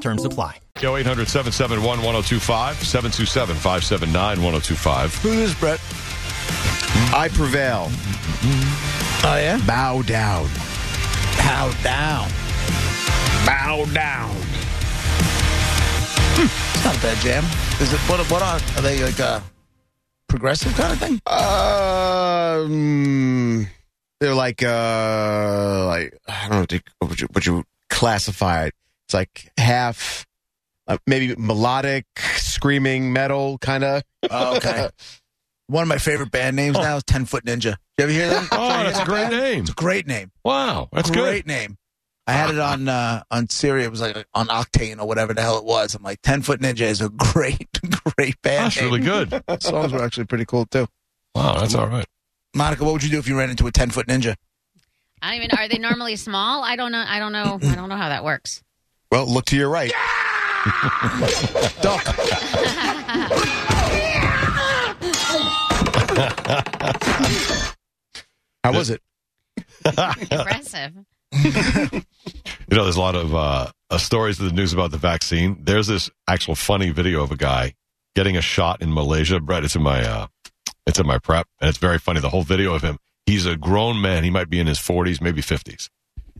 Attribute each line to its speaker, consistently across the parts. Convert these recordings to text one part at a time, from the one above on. Speaker 1: Terms apply.
Speaker 2: Yo, 800 771 1025, 727 579 1025.
Speaker 3: Who is Brett?
Speaker 4: I prevail.
Speaker 3: Oh, yeah?
Speaker 4: Bow down.
Speaker 3: Bow down.
Speaker 4: Bow down.
Speaker 3: Hmm, It's not a bad jam. Is it, what, what are, are they like a progressive kind of thing?
Speaker 4: Um, they're like uh, like I don't know what would you, what you classify it. It's like half, uh, maybe melodic screaming metal kind of.
Speaker 3: Oh, okay. One of my favorite band names now is Ten Foot Ninja. You ever hear that?
Speaker 2: Oh, that's a great name.
Speaker 3: It's a great name.
Speaker 2: Wow, that's
Speaker 3: great
Speaker 2: good.
Speaker 3: name. I had it on uh, on Siri. It was like on Octane or whatever the hell it was. I'm like, Ten Foot Ninja is a great, great band.
Speaker 2: That's
Speaker 3: name.
Speaker 2: really good.
Speaker 4: Songs were actually pretty cool too.
Speaker 2: Wow, that's all right.
Speaker 3: Monica, what would you do if you ran into a Ten Foot Ninja?
Speaker 5: I don't even. Are they normally small? I don't know. I don't know. I don't know how that works.
Speaker 4: Well, look to your right. Duck. How was it?
Speaker 5: Impressive.
Speaker 2: You know, there's a lot of uh, uh, stories in the news about the vaccine. There's this actual funny video of a guy getting a shot in Malaysia. Brett, it's in my uh, it's in my prep, and it's very funny. The whole video of him. He's a grown man. He might be in his 40s, maybe 50s,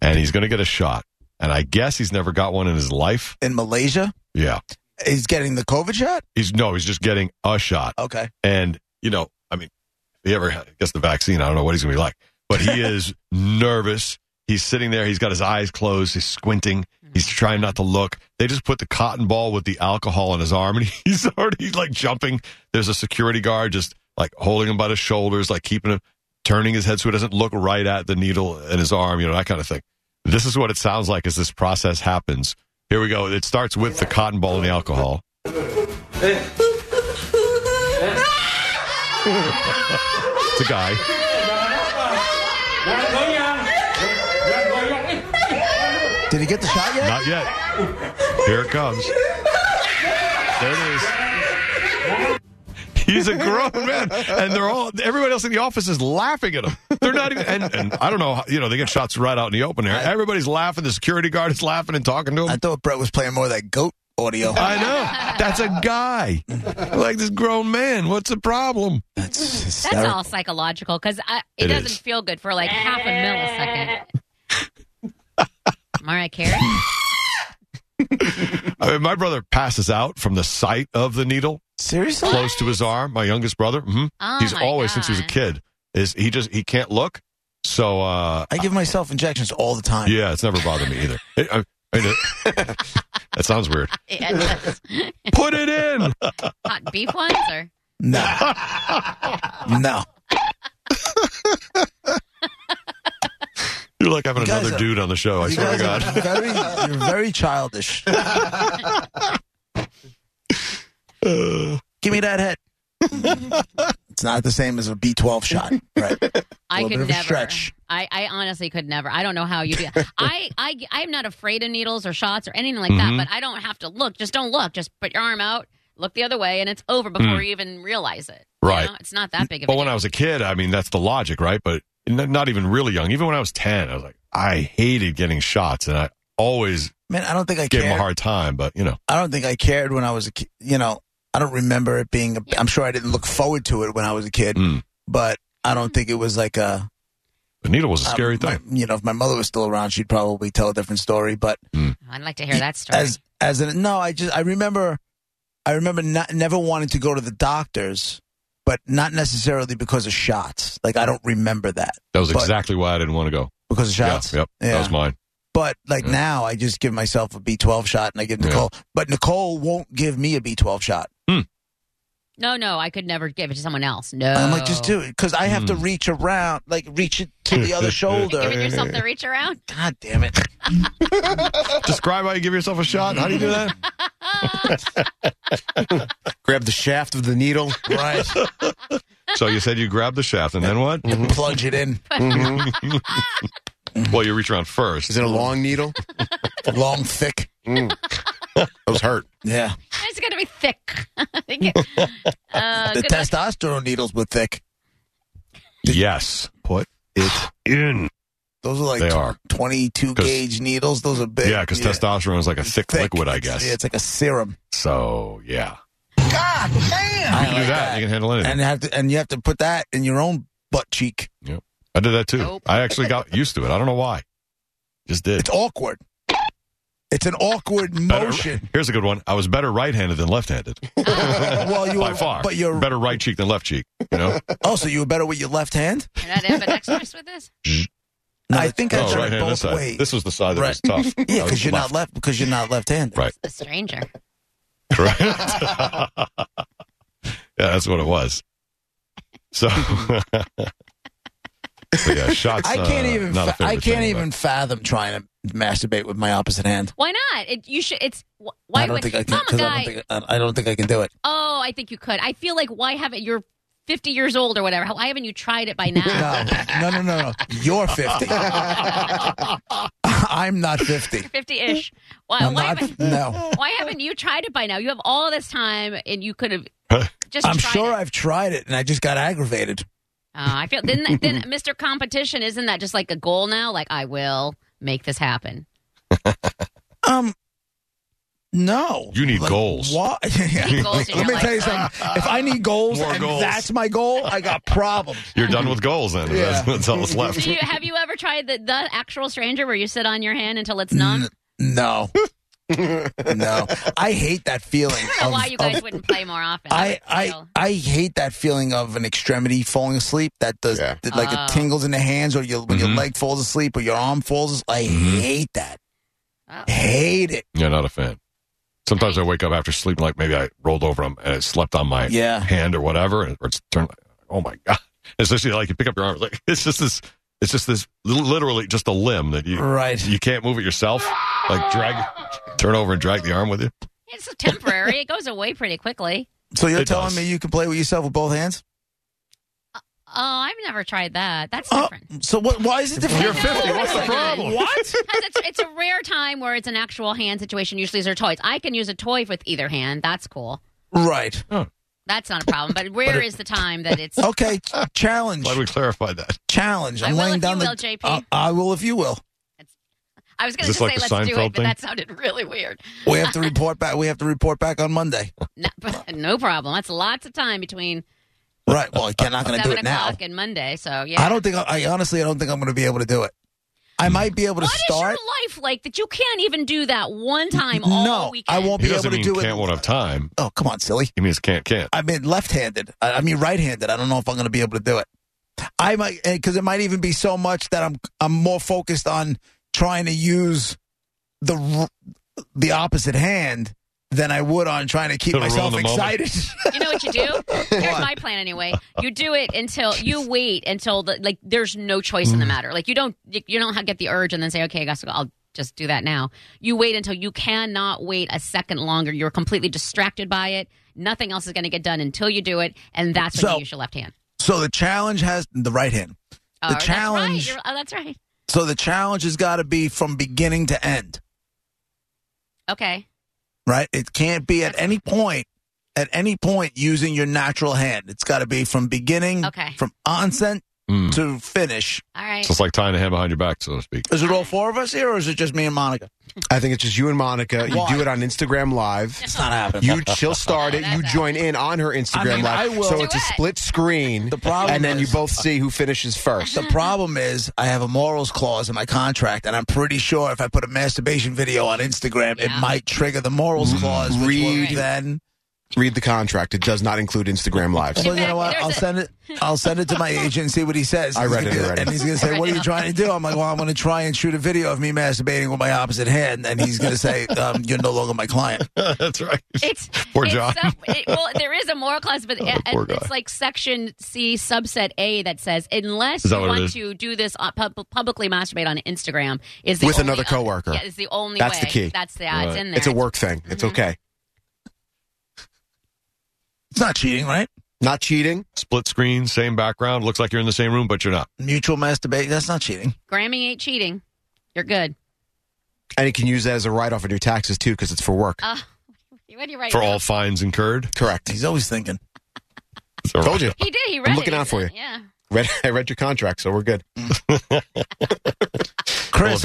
Speaker 2: and he's going to get a shot. And I guess he's never got one in his life.
Speaker 3: In Malaysia,
Speaker 2: Yeah,
Speaker 3: he's getting the COVID shot.
Speaker 2: he's no, he's just getting a shot.
Speaker 3: Okay,
Speaker 2: And, you know, I mean, if he ever gets the vaccine, I don't know what he's going to be like. But he is nervous. He's sitting there. He's got his eyes closed. He's squinting. He's trying not to look. They just put the cotton ball with the alcohol on his arm, and he's already like jumping. There's a security guard just like holding him by the shoulders, like keeping him, turning his head so he doesn't look right at the needle in his arm, you know, that kind of thing. This is what it sounds like as this process happens. Here we go. It starts with the cotton ball and the alcohol. It's a guy.
Speaker 3: did he get the shot yet?
Speaker 2: Not yet. Here it comes. There it is. He's a grown man, and they're all. Everybody else in the office is laughing at him. They're not even. And, and I don't know. how- You know, they get shots right out in the open air. Everybody's laughing. The security guard is laughing and talking to
Speaker 3: I
Speaker 2: him.
Speaker 3: thought Brett was playing more of that goat audio.
Speaker 2: I know. That's a guy. I like this grown man. What's the problem?
Speaker 3: That's
Speaker 5: That's
Speaker 3: hysterical.
Speaker 5: all psychological because it,
Speaker 2: It
Speaker 5: doesn't
Speaker 2: is.
Speaker 5: feel good for like half a millisecond. Mariah Carey.
Speaker 2: I mean, my brother passes out from the sight of the needle.
Speaker 3: Seriously?
Speaker 2: close to his arm. My youngest brother, hmm
Speaker 5: Oh,
Speaker 2: he's
Speaker 5: my
Speaker 2: always since he was a
Speaker 5: God.
Speaker 2: kid is he just he can't look. So uh,
Speaker 3: I give myself injections all the time.
Speaker 2: yeah, it's never bothered me either. It- I- I mean, it- that sounds weird.
Speaker 5: Yeah, it does.
Speaker 2: Put it in.
Speaker 5: Hot beef ones or
Speaker 3: No. no.
Speaker 2: You're like having
Speaker 3: You guys
Speaker 2: another
Speaker 3: are-
Speaker 2: dude on the show. I
Speaker 3: You
Speaker 2: swear to
Speaker 3: guys are
Speaker 2: God.
Speaker 3: very, you're very childish. Give me that head. it's not the same as a B12 shot, right?
Speaker 5: I
Speaker 3: Little bit
Speaker 5: could
Speaker 3: of a
Speaker 5: never.
Speaker 3: stretch.
Speaker 5: I, I honestly could never. I don't know how you do. that. I I I'm not afraid of needles or shots or anything like
Speaker 2: Mhm.
Speaker 5: that. But I don't have to look. Just don't look. Just put your arm out. Look the other way, and it's over before you even realize it. You
Speaker 2: Mm. Right.
Speaker 5: know? It's not that big of a
Speaker 2: But when I was a kid, I mean, that's the logic, right? But n- not even really young. Even when I was ten, I was like, I hated getting shots, and I always
Speaker 3: Man, I don't think I
Speaker 2: gave him a
Speaker 3: cared.
Speaker 2: hard time. But you know,
Speaker 3: I don't think I cared when I was a kid. You know, I don't remember it being. A, I'm sure I didn't look forward to it when I was a kid,
Speaker 2: Mm.
Speaker 3: but I don't think it was like a
Speaker 2: the needle was a
Speaker 3: um,
Speaker 2: scary
Speaker 3: my-
Speaker 2: thing.
Speaker 3: you know, if my mother was still around, she'd probably tell a different story. But
Speaker 5: I'd like to hear that story.
Speaker 3: As as an no, I just I remember, I remember not never wanting to go to the doctors, but not necessarily because of shots. Like I don't remember that
Speaker 2: That was
Speaker 3: but-
Speaker 2: exactly why I didn't want to go.
Speaker 3: because of
Speaker 2: Yeah,
Speaker 3: shots.
Speaker 2: yep, that
Speaker 3: Yeah.
Speaker 2: was mine.
Speaker 3: But like
Speaker 2: Yeah.
Speaker 3: now, I just give myself a B twelve shot and I give
Speaker 2: Yeah.
Speaker 3: Nicole. But Nicole won't give me a B twelve shot.
Speaker 2: Hmm.
Speaker 5: No, no, I could never give it to someone else. No.
Speaker 3: I'm like, just do it because I have to
Speaker 2: Hmm.
Speaker 3: reach around, like reach it to the other
Speaker 5: Giving
Speaker 3: shoulder.
Speaker 5: yourself the reach around.
Speaker 3: God damn it!
Speaker 2: Describe how you give yourself a shot. How do you do that?
Speaker 4: Grab the shaft of the needle.
Speaker 3: Right,
Speaker 2: so you said you grab the shaft, and then what?
Speaker 3: plunge it in.
Speaker 2: Well, you reach around first.
Speaker 4: Is it a long needle?
Speaker 3: Long, thick.
Speaker 4: Those hurt.
Speaker 3: Yeah,
Speaker 5: It's going to be thick. uh,
Speaker 3: the
Speaker 5: good luck.
Speaker 3: testosterone needles were thick.
Speaker 2: Yes. Put it in.
Speaker 3: Those are like
Speaker 2: They
Speaker 3: tw-
Speaker 2: are.
Speaker 3: 22
Speaker 2: 'Cause-
Speaker 3: gauge needles. Those are big.
Speaker 2: Yeah, because testosterone is like a thick,
Speaker 3: Thick.
Speaker 2: liquid, I
Speaker 3: It's-
Speaker 2: guess.
Speaker 3: yeah, it's like a serum.
Speaker 2: So yeah,
Speaker 3: God damn!
Speaker 2: you can do that. You can handle anything.
Speaker 3: and have to, and you have to put that in your own butt cheek.
Speaker 2: I did that too.
Speaker 5: Nope.
Speaker 2: I actually got used to it. I don't know why. Just did.
Speaker 3: It's awkward. It's an awkward
Speaker 2: Better-
Speaker 3: motion.
Speaker 2: Here's a good one. I was better right-handed than left-handed.
Speaker 3: well, you
Speaker 2: by
Speaker 3: were,
Speaker 2: far.
Speaker 3: but you're
Speaker 2: better right cheek than left cheek. You know.
Speaker 3: also Oh, you were better with your left hand.
Speaker 5: You're not ambidextrous with this?
Speaker 3: I think I've
Speaker 2: oh,
Speaker 3: done
Speaker 2: right
Speaker 3: it
Speaker 2: hand. This
Speaker 3: both
Speaker 2: side.
Speaker 3: ways.
Speaker 2: This was the side that
Speaker 3: Right.
Speaker 2: was tough.
Speaker 3: yeah, because you're not left because you're not left-handed.
Speaker 2: Right.
Speaker 5: The stranger.
Speaker 2: Correct. yeah, that's what it was. So, But yeah, shots.
Speaker 3: I can't
Speaker 2: uh,
Speaker 3: even
Speaker 2: Not a
Speaker 3: fa- I
Speaker 2: favorite
Speaker 3: can't
Speaker 2: thing,
Speaker 3: even fathom trying to masturbate with my opposite hand.
Speaker 5: Why not? It, you should. It's wh- why
Speaker 3: I don't
Speaker 5: would
Speaker 3: think
Speaker 5: you,
Speaker 3: I can
Speaker 5: if I'm a
Speaker 3: because I
Speaker 5: guy.
Speaker 3: don't think I I don't think I can do it.
Speaker 5: oh, I think you could. I feel like why haven't you're 50 years old or whatever? Why haven't you tried it by now?
Speaker 3: No, no, no, no, no. You're 50. I'm not 50.
Speaker 5: 50-ish. Why,
Speaker 3: I'm
Speaker 5: why,
Speaker 3: not.
Speaker 5: haven't,
Speaker 3: No.
Speaker 5: why haven't you tried it by now? You have all this time, and you could have just.
Speaker 3: I'm
Speaker 5: tried
Speaker 3: sure
Speaker 5: It.
Speaker 3: I've tried it and I just got aggravated.
Speaker 5: Oh, I feel then, then Mr. Competition isn't that just like a goal now? Like I will make this happen.
Speaker 3: Um, no.
Speaker 2: You need goals.
Speaker 3: Why?
Speaker 5: need goals in
Speaker 3: Let me
Speaker 5: your
Speaker 3: tell you
Speaker 5: life.
Speaker 3: something. If I need goals
Speaker 2: More
Speaker 3: and
Speaker 2: goals.
Speaker 3: that's my goal, I got problems.
Speaker 2: You're done with goals then.
Speaker 3: Yeah.
Speaker 2: That's, that's all that's left.
Speaker 5: Do you, have you ever tried the, the actual stranger where you sit on your hand until it's
Speaker 3: Mm,
Speaker 5: numb?
Speaker 3: No. no. I hate that feeling.
Speaker 5: I don't
Speaker 3: of-
Speaker 5: know why you guys
Speaker 3: of-
Speaker 5: wouldn't play more often.
Speaker 3: I,
Speaker 5: would
Speaker 3: I
Speaker 5: feel-
Speaker 3: I hate that feeling of an extremity falling asleep. That does
Speaker 4: Yeah.
Speaker 3: that, like
Speaker 5: Oh.
Speaker 3: it tingles in the hands, or your, when
Speaker 2: Mm-hmm.
Speaker 3: your leg falls asleep, or your arm falls. as- I hate that.
Speaker 5: Oh.
Speaker 3: Hate it.
Speaker 2: Yeah, not a fan. Sometimes I wake up after sleep, like maybe I rolled over and I slept on my
Speaker 3: Yeah.
Speaker 2: hand or whatever, and or it's turned. Like, oh my god! Especially like you pick up your arm, it's like it's just this, it's just this, literally just a limb that you
Speaker 3: Right.
Speaker 2: you can't move it yourself. Like drag, turn over and drag the arm with you.
Speaker 5: It's temporary. it goes away pretty quickly.
Speaker 3: So you're
Speaker 2: It
Speaker 3: telling
Speaker 2: does.
Speaker 3: me you can play with yourself with both hands?
Speaker 5: Oh, I've never tried that. That's
Speaker 3: Oh,
Speaker 5: different.
Speaker 3: so what? Why is it different?
Speaker 2: You're 50. What's the problem?
Speaker 3: What?
Speaker 5: 'Cause it's, it's a rare time where it's an actual hand situation. Usually, these are toys. I can use a toy with either hand. That's cool.
Speaker 3: right.
Speaker 5: That's not a problem. But where is the time that it's?
Speaker 3: Okay. Challenge.
Speaker 2: Glad we clarified that.
Speaker 3: Challenge.
Speaker 5: I
Speaker 3: I'm
Speaker 5: will
Speaker 3: laying
Speaker 5: if
Speaker 3: down
Speaker 5: you
Speaker 3: the.
Speaker 5: will, JP.
Speaker 3: I- I will if you will.
Speaker 5: I was going to
Speaker 2: Is this
Speaker 5: just
Speaker 2: like
Speaker 5: say
Speaker 2: the
Speaker 5: let's do it,
Speaker 2: Seinfeld
Speaker 5: but
Speaker 2: thing?
Speaker 5: that sounded really weird.
Speaker 3: We have to report back. We have to report back on Monday.
Speaker 5: No, but no problem. That's lots of time between
Speaker 3: Right. Well, I can't. Not going to do
Speaker 5: seven
Speaker 3: it now.
Speaker 5: o'clock and Monday. So yeah.
Speaker 3: I don't think. I, I honestly, I don't think I'm going to be able to do it. I might be able to
Speaker 5: What is
Speaker 3: start.
Speaker 5: your life like that you can't even do that one time all
Speaker 3: no, I
Speaker 5: weekend?
Speaker 3: won't
Speaker 2: He
Speaker 3: be able
Speaker 2: doesn't
Speaker 3: to
Speaker 2: mean
Speaker 3: do
Speaker 2: can't
Speaker 3: it.
Speaker 2: won't have time.
Speaker 3: Oh, come on, silly.
Speaker 2: He means can't can't.
Speaker 3: I mean, left-handed. I, I mean, right-handed. I don't know if I'm going to be able to do it. I might because it might even be so much that I'm I'm more focused on trying to use the r- the opposite hand than I would on trying to keep
Speaker 2: Gonna ruin
Speaker 3: myself
Speaker 2: the moment.
Speaker 3: excited.
Speaker 5: You know what you do? Here's my plan anyway. You do it until you wait until the like there's no choice
Speaker 3: Mm.
Speaker 5: in the matter. Like you don't you don't have, get the urge and then say okay, I guess I'll just do that now. You wait until you cannot wait a second longer. You're completely distracted by it. Nothing else is going to get done until you do it, and that's when
Speaker 3: So-
Speaker 5: you use your left hand.
Speaker 3: so the challenge has the right hand.
Speaker 5: Oh, that's right.
Speaker 3: challenge-
Speaker 5: You're- Oh, that's right.
Speaker 3: So the challenge has got to be from beginning to end,
Speaker 5: Okay.
Speaker 3: right? It can't be at any point. At any point, using your natural hand, it's got to be from beginning,
Speaker 5: Okay.
Speaker 3: from onset
Speaker 2: Mm.
Speaker 3: to finish.
Speaker 5: All right.
Speaker 2: So it's like tying a hand behind your back, so to speak.
Speaker 3: Is it all four of us here, or is it just me and Monica?
Speaker 4: I think it's just you and Monica. You
Speaker 3: Why?
Speaker 4: do it on Instagram Live.
Speaker 3: It's not happening.
Speaker 4: You she'll start it.
Speaker 5: That's
Speaker 4: You join in on her Instagram
Speaker 3: I mean, I
Speaker 4: Live.
Speaker 3: will-
Speaker 4: so
Speaker 5: Do
Speaker 4: it's a
Speaker 5: it.
Speaker 4: split screen,
Speaker 3: The problem
Speaker 4: and then you
Speaker 3: is-
Speaker 4: both see who finishes first.
Speaker 3: the problem is, I have a morals clause in my contract, and I'm pretty sure if I put a masturbation video on Instagram, it
Speaker 5: Yeah.
Speaker 4: Mm-hmm.
Speaker 3: might trigger the morals clause, which
Speaker 4: Read
Speaker 3: will then
Speaker 4: Read the contract. It does not include Instagram lives.
Speaker 3: Well, you know what?
Speaker 5: There's
Speaker 3: I'll
Speaker 5: a-
Speaker 3: send it. I'll send it to my agent and see what he says.
Speaker 4: I read it
Speaker 3: He's gonna-
Speaker 4: already.
Speaker 3: and he's gonna say, "What are you trying to do?" I'm like, "Well, I'm gonna try and shoot a video of me masturbating with my opposite hand," and he's gonna say, um, "You're no longer my client."
Speaker 2: That's right.
Speaker 5: It's
Speaker 2: Poor
Speaker 5: it's
Speaker 2: John.
Speaker 5: some- it- well, there is a moral clause, but it-
Speaker 2: poor guy.
Speaker 5: it's like section C, subset A, that says unless
Speaker 2: Is that
Speaker 5: you
Speaker 2: what it
Speaker 5: want
Speaker 2: is?
Speaker 5: to do this on, pub, publicly masturbate on Instagram is the
Speaker 4: With
Speaker 5: only
Speaker 4: another
Speaker 5: oth-
Speaker 4: coworker.
Speaker 5: Yeah, is the only.
Speaker 4: That's
Speaker 5: way.
Speaker 4: the key.
Speaker 5: That's the. Yeah, It's
Speaker 2: Right.
Speaker 5: in there.
Speaker 4: It's a work thing. It's
Speaker 5: Mm-hmm.
Speaker 4: okay.
Speaker 3: It's not cheating, right?
Speaker 4: Not cheating.
Speaker 2: Split screen, same background. Looks like you're in the same room, but you're not.
Speaker 3: Mutual masturbate. That's not cheating.
Speaker 5: Grammy ain't cheating. You're good.
Speaker 4: And you can use that as a write off on your taxes too because it's for work.
Speaker 5: Uh, what do you write
Speaker 2: For
Speaker 5: now?
Speaker 2: all fines incurred.
Speaker 4: Correct.
Speaker 3: He's always thinking.
Speaker 2: It's all
Speaker 4: Told
Speaker 2: right.
Speaker 4: you.
Speaker 5: He did. He read
Speaker 4: I'm
Speaker 5: it.
Speaker 4: looking out for you.
Speaker 5: Yeah.
Speaker 4: Read, I read your contract, so we're good.
Speaker 2: Well,
Speaker 3: Chris, uh, Mm-hmm.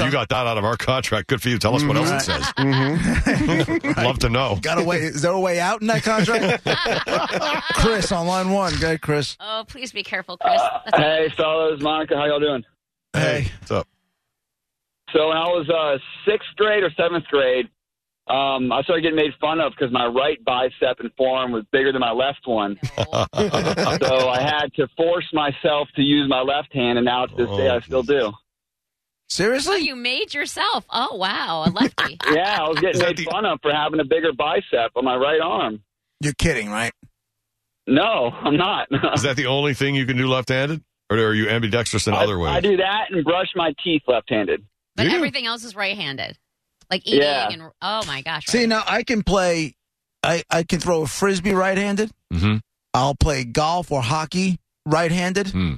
Speaker 2: if you got that out of our contract, good for you. Tell us what else it says. Love to know.
Speaker 3: got a way. Is there a way out in that contract? Chris on line one. Go ahead, Chris.
Speaker 5: Oh, please be careful, Chris. That's-
Speaker 6: Hey, fellas, Monica, how y'all doing?
Speaker 3: Hey,
Speaker 2: What's up?
Speaker 6: So when I was uh, sixth grade or seventh grade, um, I started getting made fun of because my right bicep and forearm was bigger than my left one.
Speaker 5: no.
Speaker 6: so I had to force myself to use my left hand, and now to this day I still do.
Speaker 5: Well,
Speaker 3: seriously?
Speaker 5: you made yourself. Oh wow, a lefty.
Speaker 6: Yeah, I was getting
Speaker 2: Is that
Speaker 6: made
Speaker 2: the-
Speaker 6: fun of for having a bigger bicep on my right arm.
Speaker 3: You're kidding, right?
Speaker 6: No, I'm not.
Speaker 2: Is that the only thing you can do left-handed, or are you ambidextrous in
Speaker 6: I,
Speaker 2: other ways?
Speaker 6: I do that and brush my teeth left-handed.
Speaker 5: But
Speaker 2: You do.
Speaker 5: everything else is right-handed, like eating
Speaker 6: Yeah.
Speaker 5: and oh my gosh.
Speaker 3: See, now I can play. I I can throw a frisbee right-handed.
Speaker 2: Mm-hmm.
Speaker 3: I'll play golf or hockey right-handed.
Speaker 2: Hmm.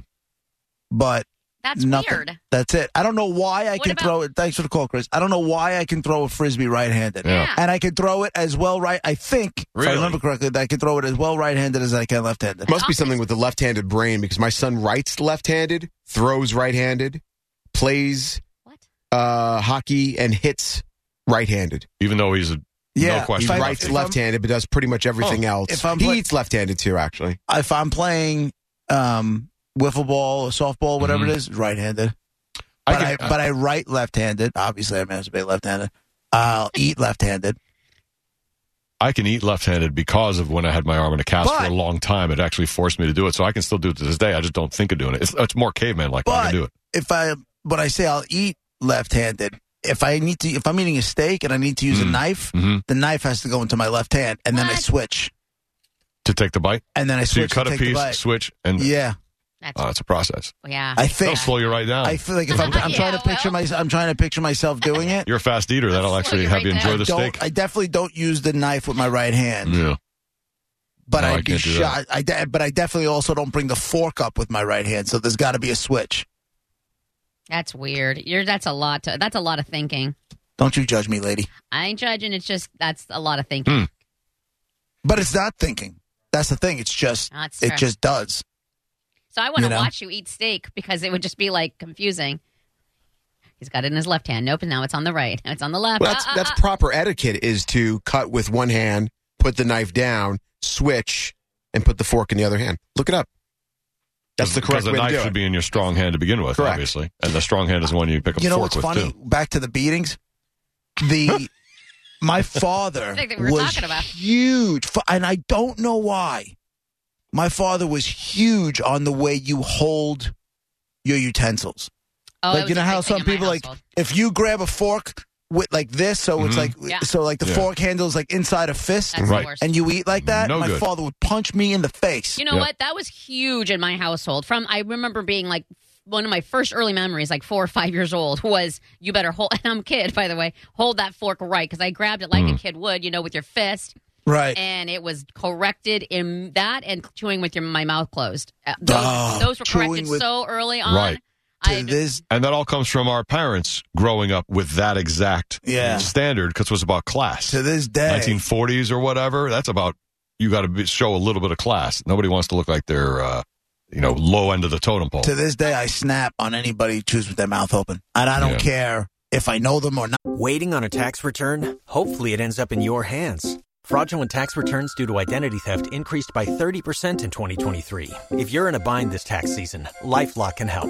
Speaker 3: But
Speaker 5: that's
Speaker 3: nothing.
Speaker 5: weird.
Speaker 3: That's it. I don't know why I
Speaker 5: What
Speaker 3: can
Speaker 5: about-
Speaker 3: throw it. Thanks for the call, Chris. I don't know why I can throw a frisbee right-handed,
Speaker 2: Yeah.
Speaker 5: yeah.
Speaker 3: and I can throw it as well right. I think, if
Speaker 2: Really?
Speaker 3: I remember correctly, that I can throw it as well right-handed as I can left-handed.
Speaker 4: Must be something with the left handed brain because my son writes left handed, throws right handed, plays
Speaker 5: What?
Speaker 4: uh, hockey, and hits right handed.
Speaker 2: Even though he's a
Speaker 3: Yeah,
Speaker 2: No question.
Speaker 4: He
Speaker 3: if I-
Speaker 4: writes
Speaker 3: if I'm- Oh,
Speaker 4: left handed, but does pretty much everything else.
Speaker 3: If I'm
Speaker 4: he
Speaker 3: play-
Speaker 4: eats left handed too, actually.
Speaker 3: If I'm playing um, wiffle ball or softball, whatever it is, right-handed.
Speaker 2: Mm-hmm. I
Speaker 3: But I,
Speaker 2: can-
Speaker 3: but I write left-handed. Obviously, I masturbate left-handed. I'll eat left-handed.
Speaker 2: I can eat left-handed because of when I had my arm in a cast for
Speaker 3: But-
Speaker 2: a long time. It actually forced me to do it, so I can still do it to this day. I just don't think of doing it. It's, it's more caveman like. but I
Speaker 3: But-
Speaker 2: can do it.
Speaker 3: If I when I say I'll eat left-handed, if I need to, if I'm eating a steak and I need to use a
Speaker 2: Mm.
Speaker 3: knife,
Speaker 2: Mhm.
Speaker 3: the knife has to go into my left hand, and then I
Speaker 5: What?
Speaker 3: switch.
Speaker 2: To take the bite,
Speaker 3: and then I
Speaker 2: so you
Speaker 3: switch
Speaker 2: cut
Speaker 3: to
Speaker 2: a
Speaker 3: take the
Speaker 2: piece,
Speaker 3: bite.
Speaker 2: switch, and
Speaker 3: Yeah,
Speaker 5: That's
Speaker 2: oh, it's a process.
Speaker 5: yeah.
Speaker 3: I
Speaker 2: That'll
Speaker 3: think.
Speaker 2: slow you right down.
Speaker 3: I feel like if I'm, I'm
Speaker 5: Yeah,
Speaker 3: trying to
Speaker 5: well.
Speaker 3: picture myself, I'm trying to picture myself doing it.
Speaker 2: You're a fast eater. That'll
Speaker 5: slow
Speaker 2: actually
Speaker 5: you
Speaker 2: have
Speaker 5: right
Speaker 2: you enjoy
Speaker 5: down.
Speaker 2: the
Speaker 3: don't,
Speaker 2: steak.
Speaker 3: I definitely don't use the knife with my right hand,
Speaker 2: yeah.
Speaker 3: but
Speaker 2: No, I
Speaker 3: I'd be
Speaker 2: can't do that.
Speaker 3: shot. I de- but I definitely also don't bring the fork up with my right hand. So there's got to be a switch.
Speaker 5: That's weird. You're that's a lot. To, that's a lot of thinking.
Speaker 3: Don't you judge me, lady.
Speaker 5: I ain't judging. It's just that's a lot of thinking.
Speaker 3: But it's not thinking. That's the thing. It's just
Speaker 5: That's
Speaker 3: it
Speaker 5: true.
Speaker 3: just does.
Speaker 2: Hmm.
Speaker 5: So I want to
Speaker 3: you know?
Speaker 5: watch you eat steak because it would just be like confusing. He's got it in his left hand. Nope. Now it's on the right. Now it's on the left.
Speaker 4: Well, that's,
Speaker 5: Ah, ah,
Speaker 4: that's
Speaker 5: ah.
Speaker 4: proper etiquette is to cut with one hand, put the knife down, switch, and put the fork in the other hand. Look it up. That's the
Speaker 2: Because
Speaker 4: correct
Speaker 2: the
Speaker 4: way to
Speaker 2: knife
Speaker 4: do
Speaker 2: should
Speaker 4: it.
Speaker 2: be in your strong hand to begin with,
Speaker 4: Correct.
Speaker 2: obviously, and the strong hand is the one you pick up
Speaker 3: You know
Speaker 2: fork
Speaker 3: what's
Speaker 2: with
Speaker 3: funny?
Speaker 2: too.
Speaker 3: Back to the beatings. The my father
Speaker 5: I think that we were
Speaker 3: was
Speaker 5: talking about.
Speaker 3: huge, fa- and I don't know why. My father was huge on the way you hold your utensils.
Speaker 5: Oh, it
Speaker 3: like
Speaker 5: was
Speaker 3: you know
Speaker 5: a
Speaker 3: how
Speaker 5: big thing
Speaker 3: some
Speaker 5: in my
Speaker 3: people like
Speaker 5: household.
Speaker 3: if you grab a fork with like this, so it's like
Speaker 5: Yeah.
Speaker 3: so like the
Speaker 2: Mm-hmm. Yeah.
Speaker 3: fork handle's like inside a fist,
Speaker 5: That's
Speaker 2: Right.
Speaker 5: the worst.
Speaker 3: and you eat like that.
Speaker 2: No
Speaker 3: my
Speaker 2: good.
Speaker 3: father would punch me in the face.
Speaker 5: You know
Speaker 2: Yeah.
Speaker 5: what? That was huge in my household. From I remember being like one of my first early memories, like four or five years old, was you better hold. And I'm a kid, by the way. Hold that fork right because I grabbed it like
Speaker 3: Mm.
Speaker 5: a kid would, you know, with your fist,
Speaker 3: right?
Speaker 5: and it was corrected in that and chewing with your my mouth closed. Uh, Those,
Speaker 3: Oh,
Speaker 5: those were
Speaker 3: chewing
Speaker 5: corrected
Speaker 3: with-
Speaker 5: so early on.
Speaker 2: Right.
Speaker 5: I
Speaker 3: to this,
Speaker 2: And that all comes from our parents growing up with that exact
Speaker 3: Yeah.
Speaker 2: standard because it was about class.
Speaker 3: to this day,
Speaker 2: 1940s or whatever. That's about you got to show a little bit of class. Nobody wants to look like they're uh, you know low end of the totem pole.
Speaker 3: to this day, I snap on anybody who chews with their mouth open, and I don't
Speaker 2: Yeah.
Speaker 3: care if I know them or not.
Speaker 1: Waiting on a tax return? Hopefully, it ends up in your hands. Fraudulent tax returns due to identity theft increased by 30% in 2023. If you're in a bind this tax season, LifeLock can help.